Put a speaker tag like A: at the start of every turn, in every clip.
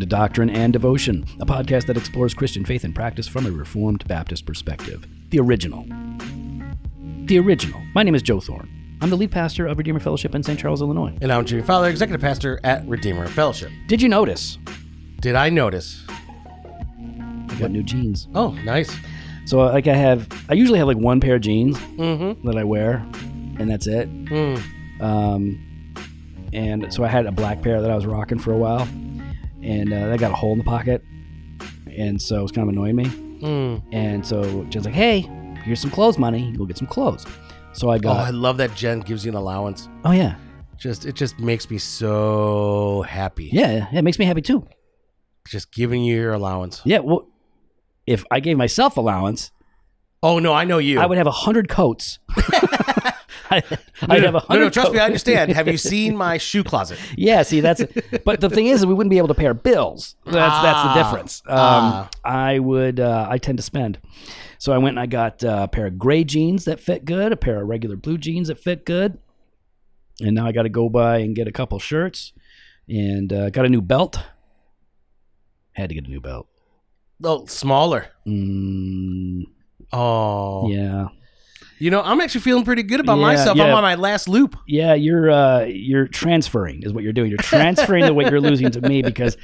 A: to Doctrine and Devotion, a podcast that explores Christian faith and practice from a Reformed Baptist perspective. The original. The original. My name is Joe Thorne. I'm the lead pastor of Redeemer Fellowship in St. Charles, Illinois.
B: And I'm Jimmy Fowler, Executive Pastor at Redeemer Fellowship.
A: Did you notice?
B: Did I notice?
A: I got new jeans.
B: Oh, nice.
A: So, uh, like, I have, I usually have like one pair of jeans
B: Mm-hmm.
A: that I wear, and that's it.
B: Mm.
A: Um, and so I had a black pair that I was rocking for a while, and uh, that got a hole in the pocket, and so it was kind of annoying me.
B: Mm.
A: And so Jen's like, "Hey, here's some clothes money. Go get some clothes." So I
B: Oh, I
A: got.
B: love that Jen gives you an allowance.
A: Oh, yeah,
B: Just it just makes me so happy.
A: yeah, yeah, it makes me happy too.
B: Just giving you your allowance.
A: Yeah, well, if I gave myself allowance,
B: Oh no, I know you.
A: I would have a hundred coats. I, I'd have a
B: no,
A: hundred.
B: no, trust me, I
A: coats.
B: understand. have you seen my shoe closet?
A: Yeah, see, that's. But the thing is, we wouldn't be able to pay our bills. That's that's the
B: Ah.
A: difference. Um,
B: Ah.
A: I would. Uh, I tend to spend. So I went and I got uh, a pair of gray jeans that fit good, a pair of regular blue jeans that fit good, and now I got to go by and get a couple shirts, and uh, got a new belt. Had to get a new belt.
B: Oh, smaller.
A: Mm,
B: Oh.
A: Yeah,
B: You know, I'm actually feeling pretty good about
A: Yeah,
B: myself. I'm
A: yeah.
B: on my last loop.
A: yeah. You're uh, you're transferring is what you're doing. You're transferring the weight you're losing to me because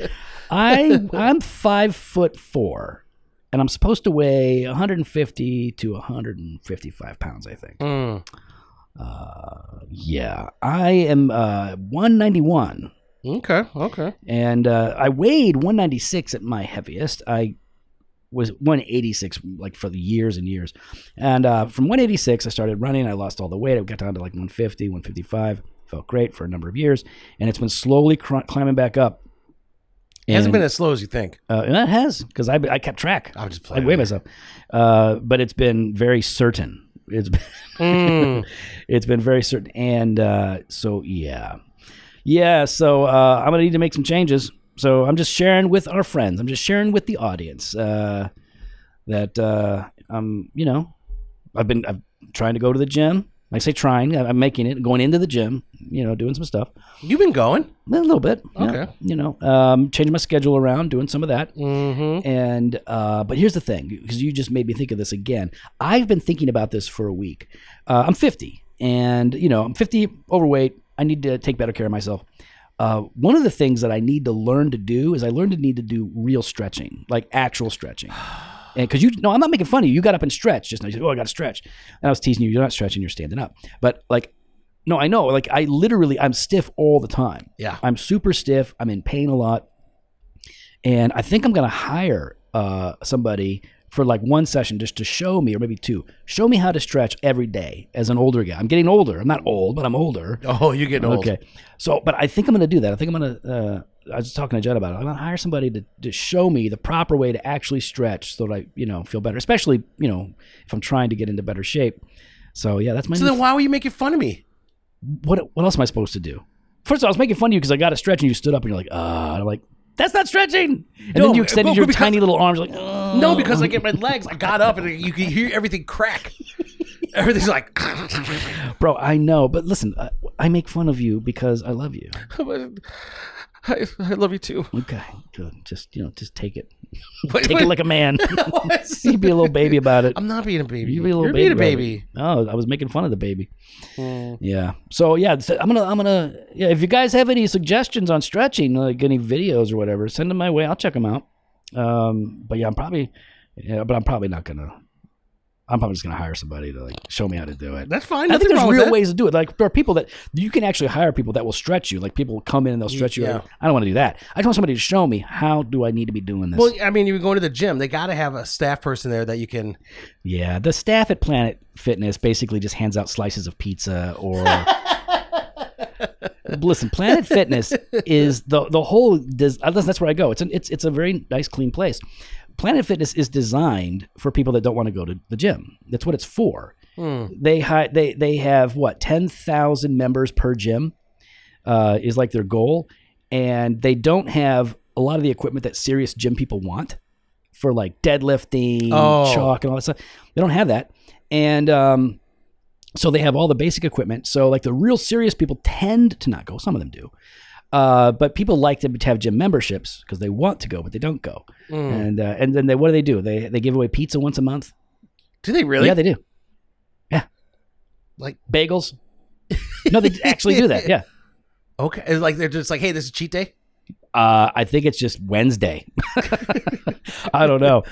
A: I I'm five foot four, and I'm supposed to weigh 150 to 155 pounds. I think.
B: Mm.
A: Uh, yeah, I am uh 191,
B: Okay, okay.
A: and uh, I weighed 196 at my heaviest. I was 186 like for the years and years, and uh, from 186 I started running. I lost all the weight. I got down to like 150, 155. Felt great for a number of years, and it's been slowly cr- climbing back up.
B: It hasn't
A: And-
B: been Oh, as slow as you think.
A: uh, and that has because I, I kept track.
B: I'm just
A: I
B: playing.
A: weigh myself, uh, but it's been very certain. It's been,
B: Mm.
A: it's been very certain, and uh, so yeah, yeah. So uh, I'm gonna need to make some changes. So I'm just sharing with our friends. I'm just sharing with the audience uh, that uh, I'm. You know, I've been I'm trying to go to the gym. I say trying. I- I'm making it. Going into the gym. You know, doing some stuff.
B: You've been going.
A: A little bit. yeah.
B: Okay.
A: You know, um, changing my schedule around. Doing some of that.
B: Mm-hmm.
A: And uh, but here's the thing, because you just made me think of this again. I've been thinking about this for a week. Uh, I'm 50, and you know I'm 50 overweight. I need to take better care of myself. Uh, one of the things that I need to learn to do is I learned to need to do real stretching, like actual stretching. And because you, no, I'm not making fun of you. You got up and stretched just now. You said, "Oh, I got to stretch," and I was teasing you. You're not stretching. You're standing up. But like, no, I know. Like, I literally, I'm stiff all the time.
B: Yeah.
A: I'm super stiff. I'm in pain a lot. And I think I'm going to hire uh, somebody for like one session just to show me, or maybe two, show me how to stretch every day as an older guy. I'm getting older. I'm not old, but I'm older.
B: Oh, you're getting old.
A: Okay. So, but I think I'm going to do that. I think I'm going to, uh, I was talking to Jed about it. I'm going to hire somebody to, to show me the proper way to actually stretch so that I, you know, feel better, especially, you know, if I'm trying to get into better shape. So, yeah, that's my
B: So
A: new
B: then why were you making fun of me?
A: what what else am I supposed to do? First of all, I was making fun of you because I got a stretch and you stood up and you're like, ah, and I'm like, that's not stretching. And
B: No, eh,
A: then you extended
B: well,
A: your
B: because-
A: tiny little arms like, "Ah." "Ugh."
B: No, because I get my legs. I got up and you can hear everything crack. Everything's like,
A: bro, I know, but listen, I, I make fun of you because I love you.
B: I, I love you too.
A: Okay, good. Just you know, just take it,
B: Wait,
A: take
B: wait,
A: it like a man.
B: what?
A: You'd be a little baby about it.
B: I'm not being a baby.
A: You'd be a little
B: You're
A: baby.
B: being a
A: about Mm. it.
B: baby.
A: No, I was making fun of the baby. Yeah. So yeah, so I'm gonna I'm gonna yeah. If you guys have any suggestions on stretching, like any videos or whatever, send them my way. I'll check them out. Um, but yeah, I'm probably, yeah, but I'm probably not gonna. I'm probably just gonna hire somebody to like show me how to do it.
B: That's fine.
A: I think
B: Nothing
A: there's
B: wrong with
A: real
B: that.
A: ways to do it. Like there are people that you can actually hire people that will stretch you. Like people will come in and they'll stretch you.
B: Yeah.
A: Like, I don't want to do that. I just want somebody to show me how do I need to be doing this.
B: Well, I mean, you go to the gym. They got to have a staff person there that you can.
A: yeah, the staff at Planet Fitness basically just hands out slices of pizza or. Listen, Planet Fitness is the the whole. Des- uh, that's that's where I go. It's an, it's it's a very nice, clean place. Planet Fitness is designed for people that don't want to go to the gym. That's what it's for. They hi- they they have what ten thousand members per gym uh, is like their goal, and they don't have a lot of the equipment that serious gym people want for like deadlifting,
B: Oh.
A: chalk, and all that stuff. They don't have that, and um, so they have all the basic equipment. So like the real serious people tend to not go. Some of them do, Uh, but people like to have gym memberships because they want to go, but they don't go.
B: Hmm. mm.
A: And uh, and then they what do they do? They they give away pizza once a month.
B: Do they really?
A: Yeah, they do. Yeah,
B: Like-
A: bagels. no, they actually do that. Yeah.
B: okay. It's like they're just like, hey, this is cheat day.
A: Uh, I think it's just Wednesday. I don't know,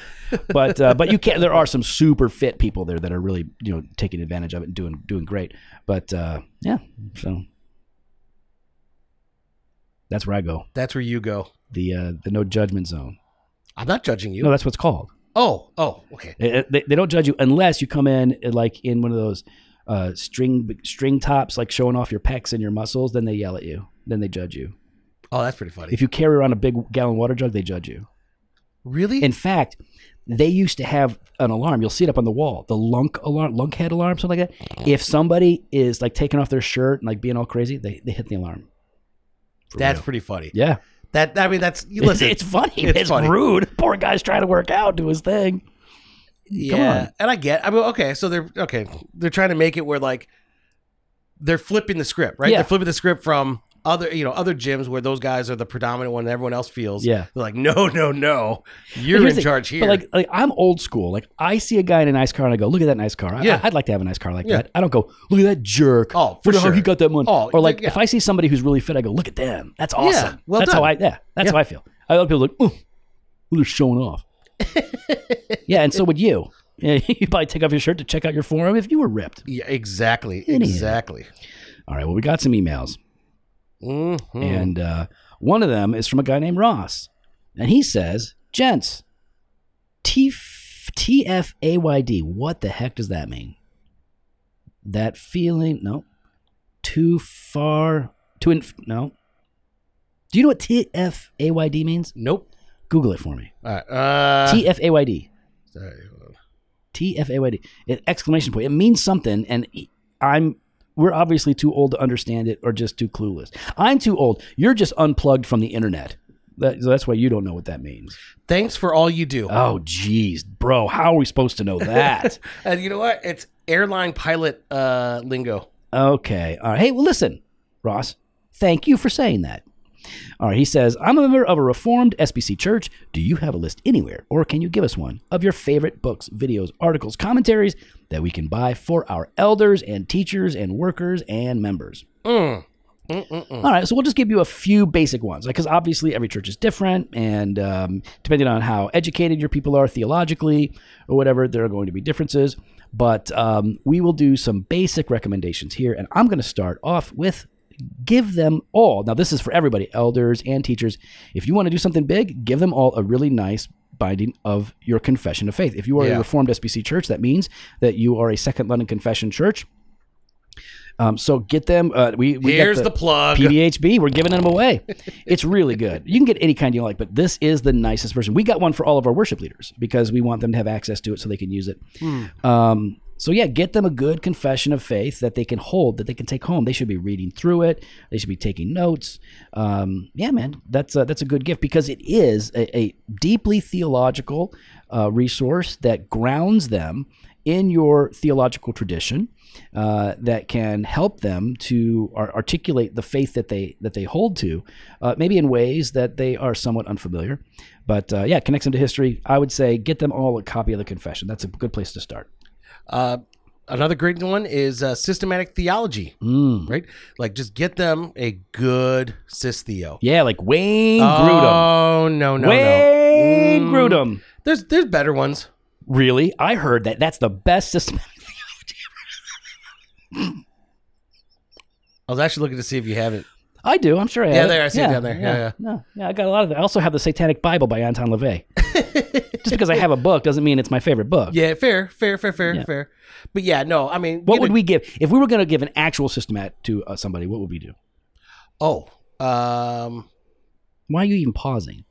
A: but uh, but you can. not There are some super fit people there that are really you know taking advantage of it and doing doing great. But uh, yeah, so that's where I go.
B: That's where you go.
A: The uh, the no judgment zone.
B: I'm not judging you.
A: No, that's what it's called.
B: Oh, oh, okay.
A: They, uh, they they don't judge you unless you come in uh, like in one of those uh, string string tops, like showing off your pecs and your muscles. Then they yell at you. Then they judge you.
B: Oh, that's pretty funny.
A: If you carry around a big gallon water jug, they judge you.
B: really?
A: In fact, they used to have an alarm. You'll see it up on the wall, the lunk alarm, lunk head alarm, something like that. If somebody is like taking off their shirt and like being all crazy, they, they hit the alarm. For
B: that's
A: real.
B: pretty funny.
A: yeah.
B: That I mean, that's you listen.
A: it's, it's funny.
B: it's
A: It's,
B: funny.
A: rude. Poor guy's trying to work out, do his thing.
B: yeah,
A: on.
B: and I get. I mean, okay, so they're okay. They're trying to make it where like they're flipping the script, right?
A: Yeah.
B: They're flipping the script from other you know other gyms where those guys are the predominant one. that Everyone else feels.
A: Yeah.
B: They're like, no, no, no. You're
A: here's
B: in
A: the-
B: charge here.
A: But like, like I'm old school. Like I see a guy in a nice car and I go, "Look at that nice car. I,
B: Yeah.
A: I'd like to have a nice car like
B: Yeah.
A: that." I don't go, "Look at that jerk."
B: Oh, for
A: Look at how
B: sure.
A: he got that money.
B: Oh,
A: or like
B: yeah.
A: if I see somebody who's really fit, I go, "Look at them. That's awesome."
B: well
A: that's
B: done.
A: how I yeah. That's
B: Yeah.
A: how I feel. I love people like, "Ooh, well, they're showing off." yeah, and so would you. Yeah, you probably take off your shirt to check out your forum if you were ripped.
B: yeah, exactly,
A: Idiot.
B: exactly.
A: All right. Well, we got some emails.
B: Mhm.
A: And uh, one of them is from a guy named Ross. And he says, Gents, T- TFAYD, what the heck does that mean? That feeling, no. Too far, too, inf- no. Do you know what TFAYD means?
B: Nope.
A: Google it for me.
B: All right. Uh,
A: TFAYD.
B: sorry, hold on.
A: TFAYD. An exclamation point. It means something, and I'm we're obviously too old to understand it or just too clueless. I'm too old. You're just unplugged from the internet. That, so that's why you don't know what that means.
B: Thanks for all you do.
A: Oh, geez, bro. How are we supposed to know that?
B: and you know what? It's airline pilot uh, lingo.
A: Okay. All right. Hey, well, listen, Ross, thank you for saying that. All right. He says, I'm a member of a Reformed SBC church. Do you have a list anywhere, or can you give us one of your favorite books, videos, articles, commentaries that we can buy for our elders and teachers and workers and members?
B: Mm. Mm-mm-mm.
A: All right, so we'll just give you a few basic ones, because obviously every church is different, and um, depending on how educated your people are theologically or whatever, there are going to be differences. But um, we will do some basic recommendations here, and I'm going to start off with give them all. Now, this is for everybody, elders and teachers. If you want to do something big, give them all a really nice binding of your confession of faith. If you are
B: Yeah.
A: a Reformed SBC church, that means that you are a Second London Confession church. Um, so get them. Uh, we, we got
B: Here's the, plug.
A: PDHB. We're giving them away. It's really good. You can get any kind you like, but this is the nicest version. We got one for all of our worship leaders because we want them to have access to it so they can use it. Um, so yeah, get them a good confession of faith that they can hold, that they can take home. They should be reading through it. They should be taking notes. Um, yeah, man, that's a, that's a good gift because it is a, a deeply theological uh, resource that grounds them in your theological tradition uh, that can help them to ar- articulate the faith that they that they hold to, uh, maybe in ways that they are somewhat unfamiliar. But uh, yeah, it connects them to history. I would say get them all a copy of the Confession. That's a good place to start.
B: Uh, another great one is uh, systematic theology,
A: Mm.
B: right? Like just get them a good cis theo.
A: Yeah, like Wayne Grudem.
B: Oh no Mm. no
A: Wayne
B: no.
A: Grudem.
B: There's there's better ones.
A: Really? I heard that. That's the best system.
B: I was actually looking to see if you have it.
A: I do. I'm sure I have.
B: Yeah,
A: it.
B: there, I see it down there. Yeah, yeah.
A: No, yeah, I got a lot of that. I also have the Satanic Bible by Anton LaVey. Just because I have a book doesn't mean it's my favorite book.
B: Yeah, fair, fair, fair, fair,
A: Yeah.
B: fair. But yeah, no, I mean,
A: What
B: get
A: would
B: a-
A: we give if we were going to give an actual systemat to uh, somebody? What would we do?
B: Oh, um,
A: Why are you even pausing?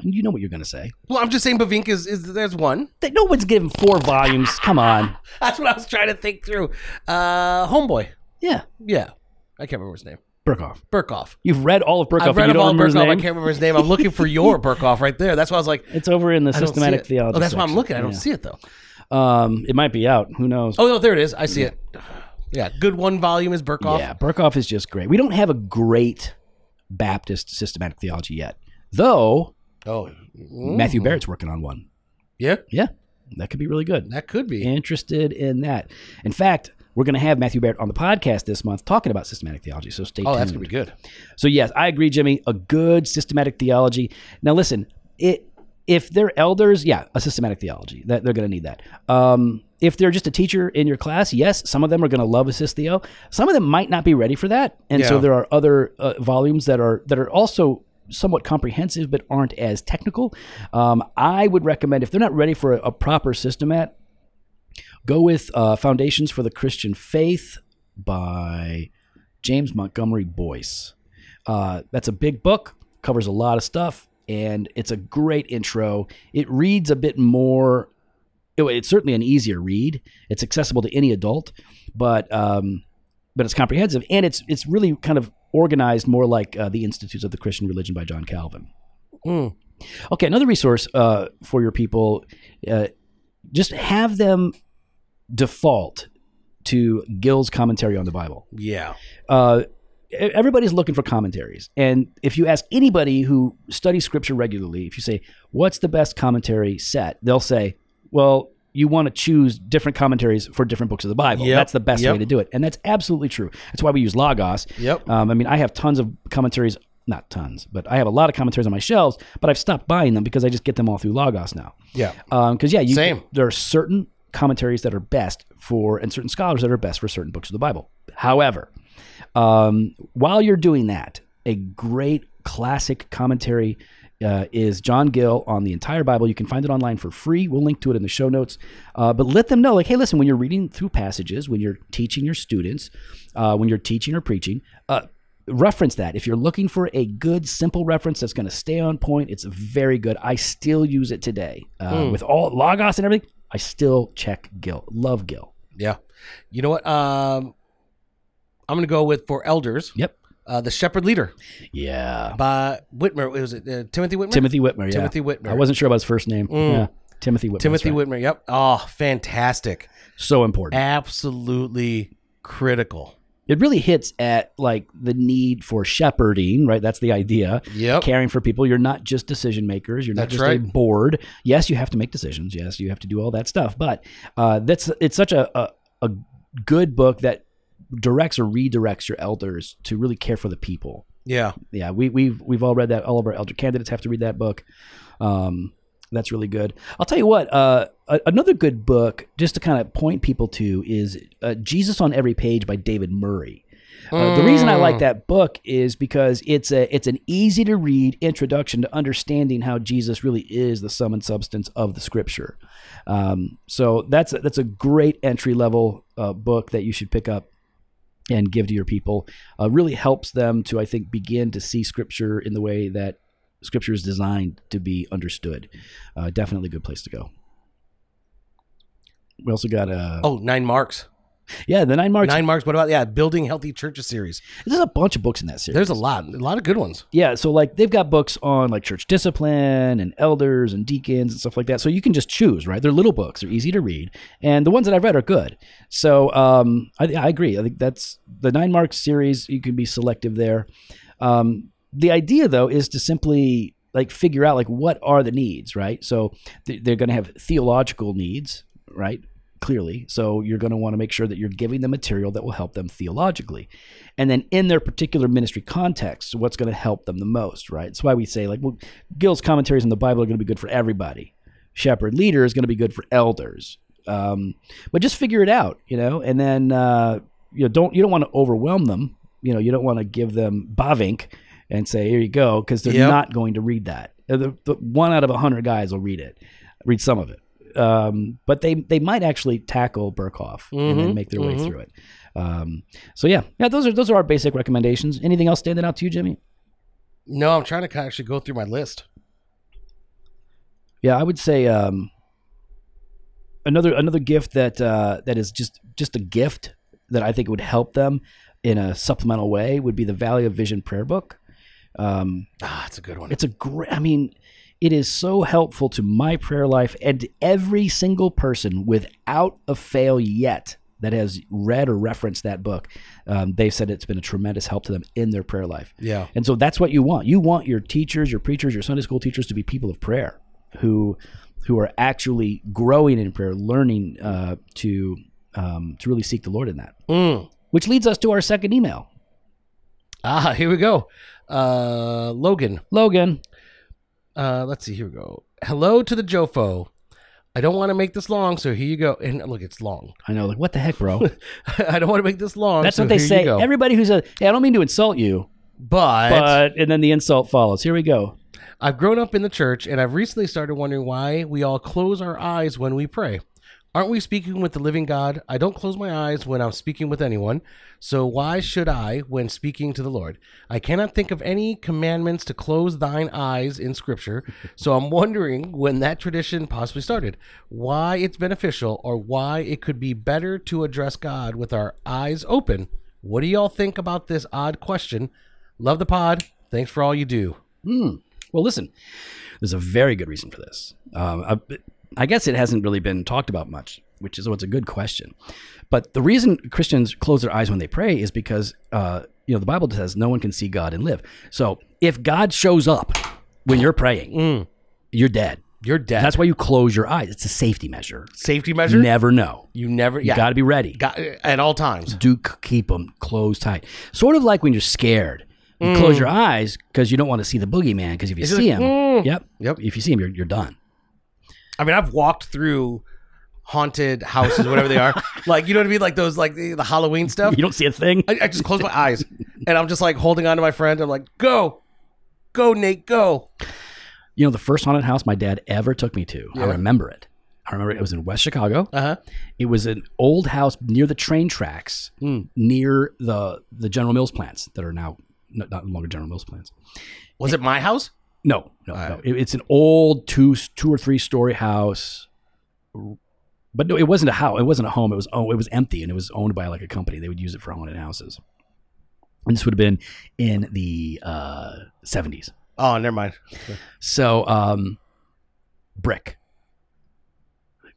A: You know what you're going to say.
B: well, I'm just saying, Bavink is is there's one.
A: That- No one's giving four volumes. Come on.
B: That's what I was trying to think through. Uh, Homeboy,
A: Yeah,
B: yeah, I can't remember his name.
A: Burkhoff.
B: Burkoff.
A: You've read all of Burkhoff.
B: I've read
A: and you
B: about
A: don't remember
B: Burkoff.
A: his
B: I
A: name.
B: can't remember his name. I'm looking for your Burkoff right there. That's why I was like,
A: It's over in the
B: I don't see
A: systematic
B: it.
A: theology.
B: Oh, that's why I'm
A: section.
B: looking. I don't
A: Yeah.
B: see it though.
A: Um, it might be out. Who knows?
B: Oh no, there it is. I see it. Yeah, good one volume is Burkoff.
A: Yeah, Burkhoff is just great. We don't have a great Baptist systematic theology yet. Though
B: Oh,
A: Matthew
B: Mm.
A: Barrett's working on one.
B: Yeah,
A: That could be really good.
B: that could be.
A: Interested in that. In fact, we're going to have Matthew Barrett on the podcast this month talking about systematic theology. So stay
B: oh,
A: tuned.
B: that's gonna be good.
A: So yes, I agree, Jimmy. A good systematic theology. Now listen, it if they're elders, yeah, a systematic theology that they're going to need that. Um, if they're just a teacher in your class, yes, some of them are going to love a sys theo. Some of them might not be ready for that, and so
B: Yeah.
A: there are other uh, volumes that are that are also somewhat comprehensive but aren't as technical. Um, I would recommend if they're not ready for a, a proper systemat, go with uh, Foundations for the Christian Faith by James Montgomery Boyce. Uh, that's a big book, covers a lot of stuff, and it's a great intro. It reads a bit more. it- It's certainly an easier read. It's accessible to any adult, but um, but it's comprehensive and it's it's really kind of organized more like uh, the Institutes of the Christian Religion by John Calvin.
B: Mm.
A: Okay, another resource uh, for your people uh, just have them default to Gill's commentary on the Bible.
B: Yeah.
A: Uh, e- everybody's looking for commentaries. And if you ask anybody who studies scripture regularly, if you say, What's the best commentary set? they'll say, Well, you want to choose different commentaries for different books of the Bible.
B: Yep,
A: That's the best
B: yep.
A: way to do it. And that's absolutely true. That's why we use Logos.
B: Yep.
A: Um, I mean, I have tons of commentaries, not tons, but I have a lot of commentaries on my shelves, but I've stopped buying them because I just get them all through Logos now.
B: yeah.
A: Because, yeah, you,
B: Same.
A: there are certain commentaries that are best for, and certain scholars that are best for certain books of the Bible. However, um, while you're doing that, a great classic commentary uh, is John Gill on the entire Bible. You can find it online for free. We'll link to it in the show notes. Uh, but let them know, like, hey, listen, when you're reading through passages, when you're teaching your students, uh, when you're teaching or preaching, uh, reference that. If you're looking for a good, simple reference that's going to stay on point, it's very good. I still use it today uh, with all Logos and everything. I still check Gill. Love Gill.
B: Yeah. You know what? Um, I'm gonna go with for elders.
A: Yep.
B: Uh, the Shepherd Leader
A: Yeah.
B: by Whitmer. Was it uh, Timothy Whitmer?
A: Timothy Whitmer. Yeah.
B: Timothy Whitmer.
A: I wasn't sure about his first name.
B: Mm.
A: Yeah. Timothy Whitmer.
B: Timothy
A: that's right.
B: Whitmer. Yep. Oh, fantastic.
A: So important.
B: Absolutely critical.
A: It really hits at like the need for shepherding, right? That's the idea.
B: Yep.
A: Caring for people. You're not just decision makers. You're not
B: That's
A: just a
B: right.
A: board. Yes, you have to make decisions. Yes, you have to do all that stuff. But uh, that's it's such a, a a good book that directs or redirects your elders to really care for the people.
B: yeah.
A: yeah, we, we've we've all read that. All of our elder candidates have to read that book. Um, that's really good. I'll tell you what. Uh, a- another good book, just to kind of point people to, is uh, Jesus on Every Page by David Murray. Uh, the reason I like that book is because it's a it's an easy to read introduction to understanding how Jesus really is the sum and substance of the Scripture. Um, so that's a, that's a great entry level uh, book that you should pick up and give to your people. Uh, really helps them to I think begin to see Scripture in the way that Scripture is designed to be understood. Uh, definitely a good place to go. We also got uh,
B: Oh, nine marks.
A: yeah the nine marks.
B: Nine marks. What about yeah? Building healthy churches series.
A: There's a bunch of books in that series.
B: There's a lot. A lot of good ones.
A: Yeah, so like they've got books on like church discipline and elders and deacons and stuff like that. So you can just choose, right? They're little books, they're easy to read, and the ones that I've read are good. So um, I, I agree. I think that's the nine mark series. You can be selective there. Um, the idea though is to simply like figure out like what are the needs, right? So th- they're going to have theological needs, right? Clearly, so you're going to want to make sure that you're giving them material that will help them theologically and then in their particular ministry context, what's going to help them the most, right? That's why we say, like, well, Gill's commentaries on the Bible are going to be good for everybody. Shepherd leader is going to be good for elders. Um, but just figure it out, you know, and then uh, you know, don't you don't want to overwhelm them. You know, you don't want to give them bavink and say, here you go, because they're
B: Yep.
A: not going to read that. Uh, The, the one out of a hundred guys will read it, read some of it. Um, but they they might actually tackle Burkhoff and then
B: Mhm,
A: make their way
B: mhm.
A: through it. Um, so yeah, yeah, those are those are our basic recommendations. Anything else standing out to you, Jimmy?
B: No, I'm trying to kind of actually go through my list.
A: Yeah, I would say um, another another gift that uh, that is just just a gift that I think would help them in a supplemental way would be the Valley of Vision prayer book. Um,
B: Ah, that's a good one.
A: It's a great, I mean, it is so helpful to my prayer life and to every single person without a fail yet that has read or referenced that book, um, they've said it's been a tremendous help to them in their prayer life.
B: Yeah.
A: And so that's what you want. You want your teachers, your preachers, your Sunday school teachers to be people of prayer who who are actually growing in prayer, learning uh, to um, to really seek the Lord in that.
B: Mm.
A: Which leads us to our second email.
B: Ah, here we go. Uh, Logan.
A: Logan,
B: Uh, let's see. Here we go. Hello to the Jofo. I don't want to make this long, so here you go. And look, it's long.
A: I know, like what the heck, bro?
B: I don't want to make this long.
A: That's
B: Oh, so
A: what they
B: here you
A: say.
B: go.
A: Everybody who says, "Hey, I don't mean to insult you,"
B: but
A: but and then the insult follows. Here we go.
B: I've grown up in the church and I've recently started wondering why we all close our eyes when we pray. Aren't we speaking with the living God? I don't close my eyes when I'm speaking with anyone, so why should I when speaking to the Lord? I cannot think of any commandments to close thine eyes in Scripture, so I'm wondering when that tradition possibly started, why it's beneficial, or why it could be better to address God with our eyes open. What do y'all think about this odd question? Love the pod. Thanks for all you do.
A: Hmm. Well, listen, there's a very good reason for this. Um, I, I guess it hasn't really been talked about much, which is what's a good question. But the reason Christians close their eyes when they pray is because uh, you know the Bible says no one can see God and live. So if God shows up when you're praying,
B: Mm,
A: you're dead.
B: you're dead.
A: That's why you close your eyes. It's a safety measure.
B: safety measure.
A: You never know.
B: You never,
A: You
B: yeah,
A: got to be ready.
B: got, at all times.
A: do c- keep them closed tight. Sort of like when you're scared, you close your eyes because you don't want to see the boogeyman. Because if you
B: Mm. It's
A: see
B: like,
A: him,
B: mm.
A: yep,
B: Yep.
A: if you see him, you're, you're done.
B: I mean, I've walked through haunted houses, whatever they are. like, you know what I mean? Like those, like the, the Halloween stuff.
A: You don't see a thing.
B: I, I just close my eyes and I'm just like holding on to my friend. I'm like, go, go, Nate, go.
A: You know, the first haunted house my dad ever took me to. I
B: Yeah.
A: remember it. I remember it was in West Chicago.
B: Uh huh.
A: It was an old house near the train tracks,
B: Mm.
A: near the the General Mills plants that are now no, not no longer General Mills plants.
B: Was it my house?
A: No, no,
B: All
A: no.
B: right.
A: It, it's an old two two or three story house, but no, it wasn't a house. It wasn't a home. It was oh, it was empty, and it was owned by like a company. They would use it for haunted houses. And this would have been in the uh, seventies.
B: Oh, never mind.
A: so, um, brick.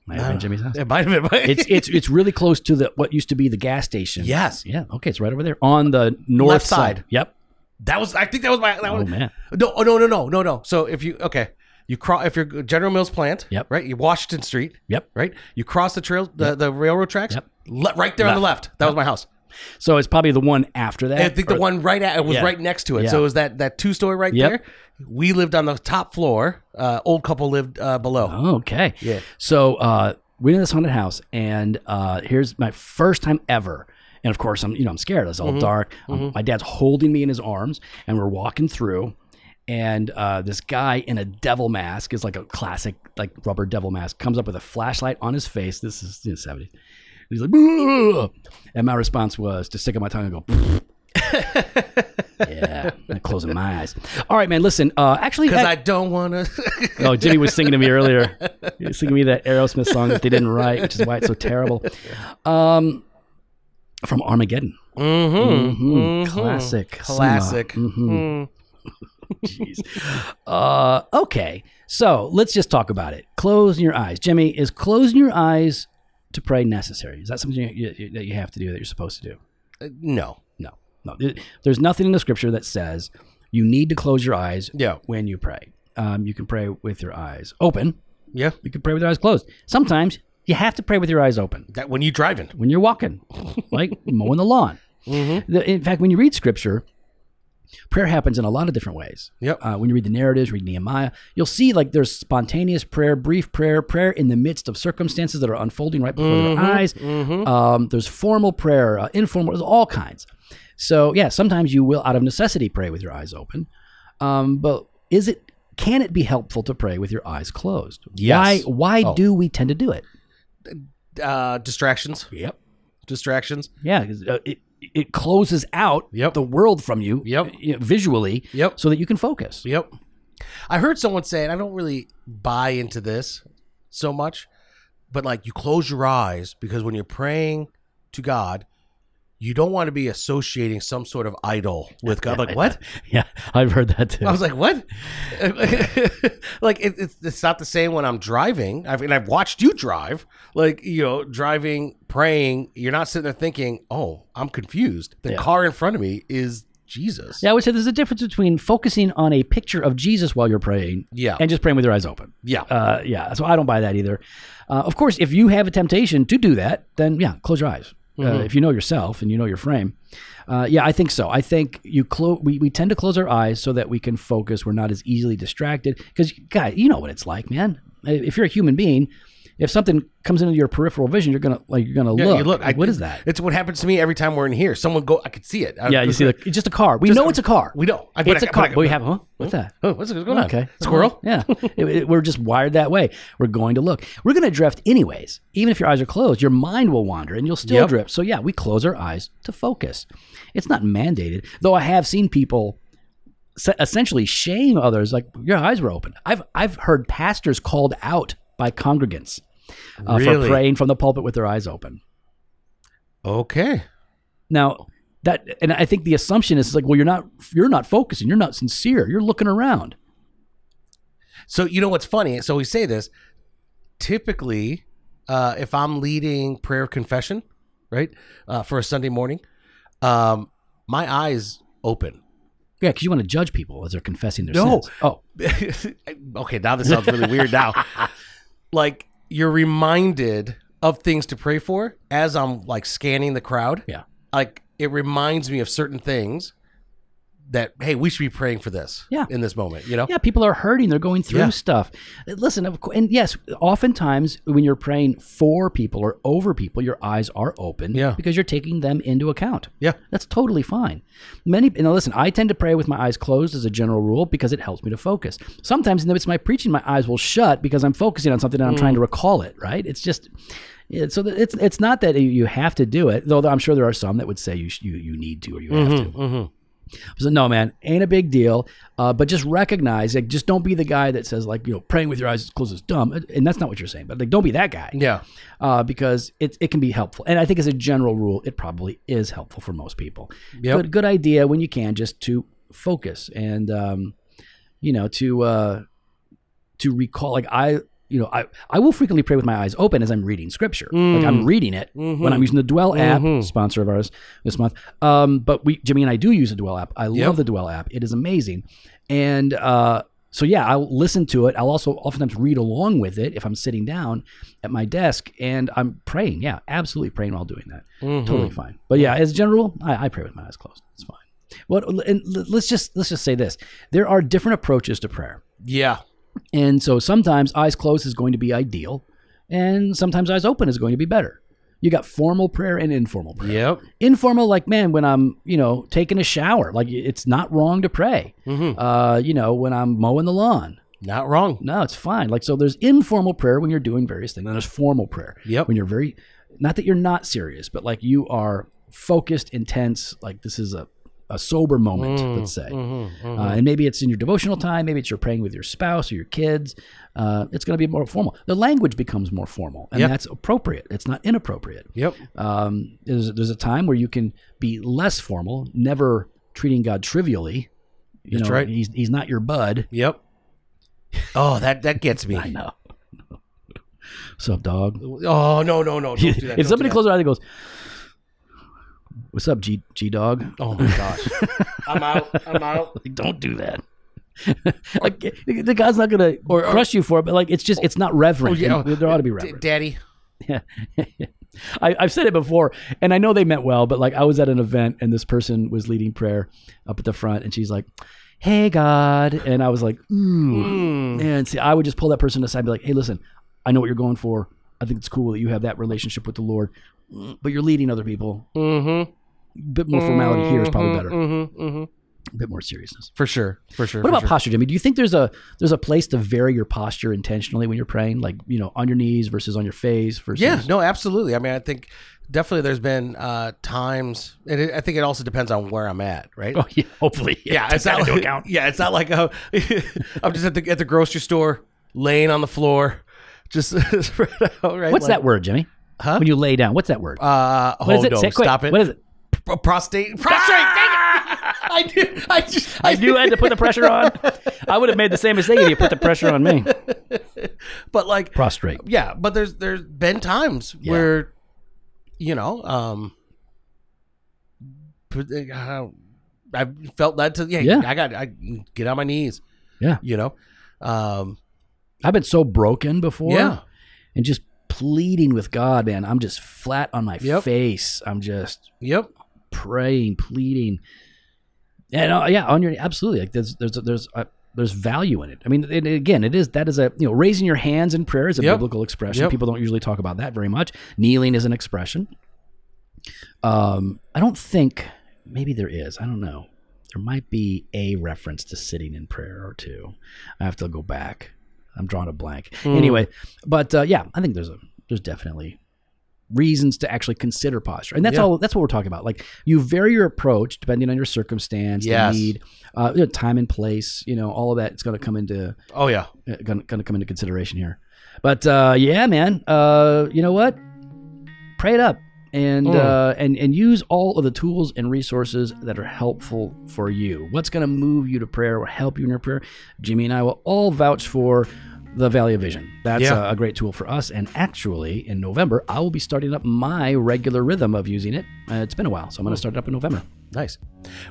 A: Might have been
B: Ah.
A: Jimmy's house.
B: It might have been. My-
A: It's it's it's really close to the what used to be the gas station.
B: yes.
A: yeah. Okay, it's right over there on the north
B: Left side.
A: Yep.
B: That was. I think that was my. That
A: oh
B: was,
A: man.
B: No, oh, no, no, no, no, no. So if you okay, you cross if you're General Mills plant,
A: Yep.
B: right? You Washington Street,
A: Yep.
B: right? You cross the trail, the, the railroad tracks,
A: Yep.
B: le- right there on the left. That was my house.
A: So it's probably the one after that.
B: And I think the
A: or-
B: one right at it was
A: Yeah.
B: right next to it.
A: Yeah.
B: So it was that that two story right
A: Yep.
B: there. We lived on the top floor. Uh, old couple lived uh, below.
A: Oh, okay.
B: Yeah.
A: So uh, we're in this haunted house, and uh, here's my first time ever. And of course, I'm you know I'm scared. It's
B: Mm-hmm.
A: all dark. Um, my dad's holding me in his arms, and we're walking through. And uh, this guy in a devil mask is like a classic like rubber devil mask. Comes up with a flashlight on his face. This is in the seventies. He's like, "Bruh." and my response was to stick out my tongue and go. "Pfft." yeah, I'm closing my eyes. All right, man. Listen, uh, actually,
B: Because
A: I-
B: I don't want to.
A: Oh, Jimmy was singing to me earlier. He was singing me that Aerosmith song that they didn't write, which is why it's so terrible. Um, from Armageddon.
B: mm-hmm.
A: Mhm. Classic. cinema.
B: Classic.
A: Mhm.
B: Mm.
A: Jeez. Uh, okay, so let's just talk about it. Closing your eyes. Jimmy, is closing your eyes to pray necessary? Is that something you, you, that you have to do, that you're supposed to do?
B: Uh, No.
A: No. No. There- There's nothing in the scripture that says you need to close your eyes
B: Yeah.
A: when you pray. Um, you can pray with your eyes open.
B: Yeah.
A: You can pray with your eyes closed. Sometimes you have to pray with your eyes open
B: That when you driving.
A: when you're walking, like mowing the lawn.
B: Mm-hmm.
A: The- In fact, when you read scripture, prayer happens in a lot of different ways.
B: Yep.
A: Uh, when you read the narratives, read Nehemiah, you'll see like there's spontaneous prayer, brief prayer, prayer in the midst of circumstances that are unfolding right before
B: Mhm.
A: their eyes.
B: Mm-hmm.
A: Um, there's formal prayer, uh, informal, there's all kinds. So yeah, sometimes you will, out of necessity, pray with your eyes open. Um, but is it? Can it be helpful to pray with your eyes closed?
B: Yes.
A: Why? Why
B: Oh.
A: do we tend to do it?
B: Uh, distractions.
A: Yep.
B: Distractions.
A: Yeah, 'cause, uh, it it closes out
B: Yep.
A: the world from you
B: Yep.
A: you know, visually
B: Yep.
A: so that you can focus.
B: Yep. I heard someone say, and I don't really buy into this so much, but like you close your eyes because when you're praying to God, you don't want to be associating some sort of idol with God. I'm like, what?
A: Yeah, I've heard that too.
B: I was like, what? like, it, it's, it's not the same when I'm driving. I mean, I've watched you drive. Like, you know, driving, praying. You're not sitting there thinking, oh, I'm confused. The
A: Yeah.
B: car in front of me is Jesus.
A: yeah, I would say there's a difference between focusing on a picture of Jesus while you're praying
B: Yeah.
A: and just praying with your eyes open.
B: yeah.
A: Uh, yeah, so I don't buy that either. Uh, of course, if you have a temptation to do that, then yeah, close your eyes.
B: Mm-hmm.
A: Uh, if you know yourself and you know your frame, uh, yeah, I think so. I think you close. We, we tend to close our eyes so that we can focus. We're not as easily distracted because, guy, you know what it's like, man. If you're a human being, if something comes into your peripperal vision, you're gonna like you're gonna
B: Yeah,
A: look.
B: you look.
A: Like, what is that?
B: It's what happens to me every time we're in here. Someone go. I could see it. I-
A: Yeah, you see, like, it's just a car. We know it's a car.
B: We don't. I, but
A: It's
B: I-
A: a
B: but
A: car.
B: I-
A: But we have, huh? What's that?
B: Oh, what's what's going on?
A: Okay.
B: Squirrel.
A: Yeah. It- it- we're just wired that way. We're going to look. We're going to drift anyways. Even if your eyes are closed, your mind will wander and you'll still
B: Yep.
A: drift. So, yeah, we close our eyes to focus. It's not mandated, though I have seen people se- essentially shame others like, your eyes were open. I've, I've heard pastors called out by congregants uh, for
B: Really?
A: praying from the pulpit with their eyes open.
B: Okay.
A: Now, that and I think the assumption is like, well, you're not you're not focusing, you're not sincere, you're looking around.
B: So you know what's funny? So we say this. Typically, uh, if I'm leading prayer of confession, right, uh, for a Sunday morning, um, my eyes open.
A: Yeah, because you want to judge people as they're confessing their
B: No.
A: sins. Oh,
B: okay, now this sounds really weird. Now, like you're reminded of things to pray for as I'm like scanning the crowd.
A: Yeah.
B: like it reminds me of certain things that hey, we should be praying for this.
A: Yeah.
B: in this moment, you know.
A: Yeah, people are hurting. They're going through
B: Yeah.
A: stuff. Listen, of course, and yes, oftentimes when you're praying for people or over people, your eyes are open
B: Yeah.
A: because you're taking them into account.
B: Yeah.
A: That's totally fine. Many now listen, I tend to pray with my eyes closed as a general rule because it helps me to focus. Sometimes in the midst of my preaching, my eyes will shut because I'm focusing on something and I'm trying to recall it. Right? It's just yeah, so that it's it's not that you- you have to do it, though. I'm sure there are some that would say you sh- you you need to or you have to. So no, man, ain't a big deal. Uh, but just recognize, like, just don't be the guy that says like, you know, praying with your eyes closed is dumb, and that's not what you're saying. But like, don't be that guy
B: Yeah.
A: uh, because it it can be helpful. And I think as a general rule, it probably is helpful for most people.
B: Yep.
A: Good good idea when you can just to focus and um, you know to uh, to recall. Like I. You know, I, I will frequently pray with my eyes open as I'm reading scripture. Like I'm reading it when I'm using the Dwell app, sponsor of ours this month. Um, but we Jimmy and I do use the Dwell app. I love the Dwell app. It is amazing. And uh, so yeah, I'll listen to it. I'll also oftentimes read along with it if I'm sitting down at my desk and I'm praying. Yeah, absolutely praying while doing that.
B: Mm-hmm.
A: Totally fine. But yeah, as general, I, I pray with my eyes closed. It's fine. What and l- let's just let's just say this: there are different approaches to prayer,
B: Yeah.
A: and so sometimes eyes closed is going to be ideal, and sometimes eyes open is going to be better. You got formal prayer and informal prayer
B: Yep.
A: informal like man when i'm you know taking a shower like it's not wrong to pray uh you know when i'm mowing the lawn
B: Not wrong.
A: no it's fine like so there's informal prayer when you're doing various things and there's formal prayer
B: Yep.
A: when you're very not that you're not serious but like you are focused intense like this is a a sober moment
B: Mm,
A: let's say
B: mm-hmm,
A: Uh, and maybe it's in your devotional time maybe it's you're praying with your spouse or your kids uh, it's going to be more formal the language becomes more formal and
B: Yep.
A: that's appropriate it's not inappropriate
B: Yep.
A: um, there's, there's a time where you can be less formal, never treating God trivially. You
B: That's
A: know,
B: right.
A: He's, he's not your bud.
B: Yep. Oh, that that gets me.
A: I know. What's up, dog?
B: Oh no no no! Don't do that.
A: if
B: Don't do
A: somebody
B: that.
A: closes their eyes and goes, What's up, G, G dog?
B: Oh my gosh! I'm out. I'm out.
A: Like, don't do that. like, the God's not going to crush you for it, but like, it's just, it's not reverent. And there ought to be
B: Oh, D-
A: reverent.
B: Daddy.
A: I, I've said it before, and I know they meant well, but like I was at an event and this person was leading prayer up at the front, and she's like, "Hey God," and I was like, "Ooh,"
B: Mm.
A: and see, I would just pull that person aside, and be like, "Hey, listen, I know what you're going for. I think it's cool that you have that relationship with the Lord, but you're leading other people.
B: Mm-hmm.
A: A bit more formality here is probably better.
B: Mm-hmm. Mm-hmm.
A: A bit more seriousness."
B: For sure. For sure.
A: What
B: for
A: about
B: sure.
A: posture, Jimmy? Do you think there's a there's a place to vary your posture intentionally when you're praying, like you know, on your knees versus on your face versus
B: Yeah. No. Absolutely. I mean, I think definitely there's been uh, times, and it, I think it also depends on where I'm at, right?
A: Oh yeah, hopefully.
B: yeah, it's not
A: into
B: like,
A: account.
B: Yeah, it's not like i I'm just at the at the grocery store, laying on the floor, just spread out. Right?
A: What's
B: Like-
A: that word, Jimmy?
B: Huh?
A: When you lay down, what's that word?
B: Uh,
A: What is
B: oh
A: it?
B: no!
A: Say it quick.
B: Stop it!
A: What is it?
B: P- prostate. Prostrate. Dang it. I knew. I just.
A: I knew I had to put the pressure on. I would have made the same mistake if you put the pressure on me.
B: But like,
A: Prostrate.
B: yeah. But there's there's been times
A: Yeah.
B: where, you know, um, put- uh, I felt that to yeah,
A: Yeah.
B: I got I get on my knees.
A: Yeah.
B: You know, um,
A: I've been so broken before.
B: yeah.
A: And just pleading with God, man. I'm just flat on my
B: Yep.
A: face. I'm just
B: Yep.
A: praying, pleading. And uh, yeah, on your absolutely. Like there's there's there's uh, there's value in it. I mean, it, it- again, it is that is a you know raising your hands in prayer is a
B: Yep.
A: biblical expression.
B: Yep.
A: People don't usually talk about that very much. Kneeling is an expression. Um, I don't think maybe there is. I don't know. There might be a reference to sitting in prayer or two. I have to go back. I'm drawing a blank.
B: Hmm.
A: Anyway, but uh, yeah, I think there's a there's definitely reasons to actually consider posture, and that's
B: Yeah.
A: all. That's what we're talking about. Like you vary your approach depending on your circumstance,
B: Yes.
A: the need, uh, you know, time and place. You know, all of that. It's going to come into
B: Oh yeah.
A: uh, gonna, gonna come into consideration here. But uh, yeah, man, uh, you know what? Pray it up and
B: Mm.
A: uh, and and use all of the tools and resources that are helpful for you. What's gonna move you to prayer or help you in your prayer? Jimmy and I will all vouch for the Valley of Vision. That's
B: Yeah.
A: a, a great tool for us. And actually, in November, I will be starting up my regular rhythm of using it. Uh, it's been a while, so I'm gonna
B: Mm.
A: start it up in November.
B: Nice.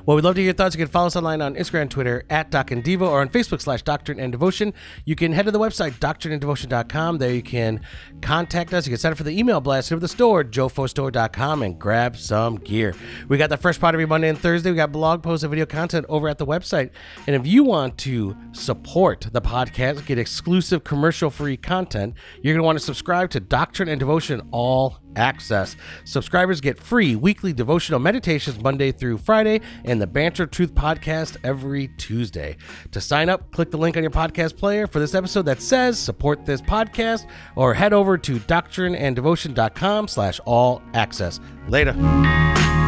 B: Well, we'd love to hear your thoughts. You can follow us online on Instagram, Twitter, at Doc and Devo, or on Facebook slash Doctrine and Devotion. You can head to the website, doctrineanddevotion.com. There you can contact us. You can sign up for the email blast, go to the store, jofostore.com, and grab some gear. We got the fresh pot every Monday and Thursday. We got blog posts and video content over at the website. And if you want to support the podcast, get exclusive commercial free content, you're going to want to subscribe to Doctrine and Devotion All access. Subscribers get free weekly devotional meditations Monday through Friday and the Banter Truth podcast every Tuesday. To sign up, click the link on your podcast player for this episode that says support this podcast or head over to doctrineanddevotion.com slash all access. Later.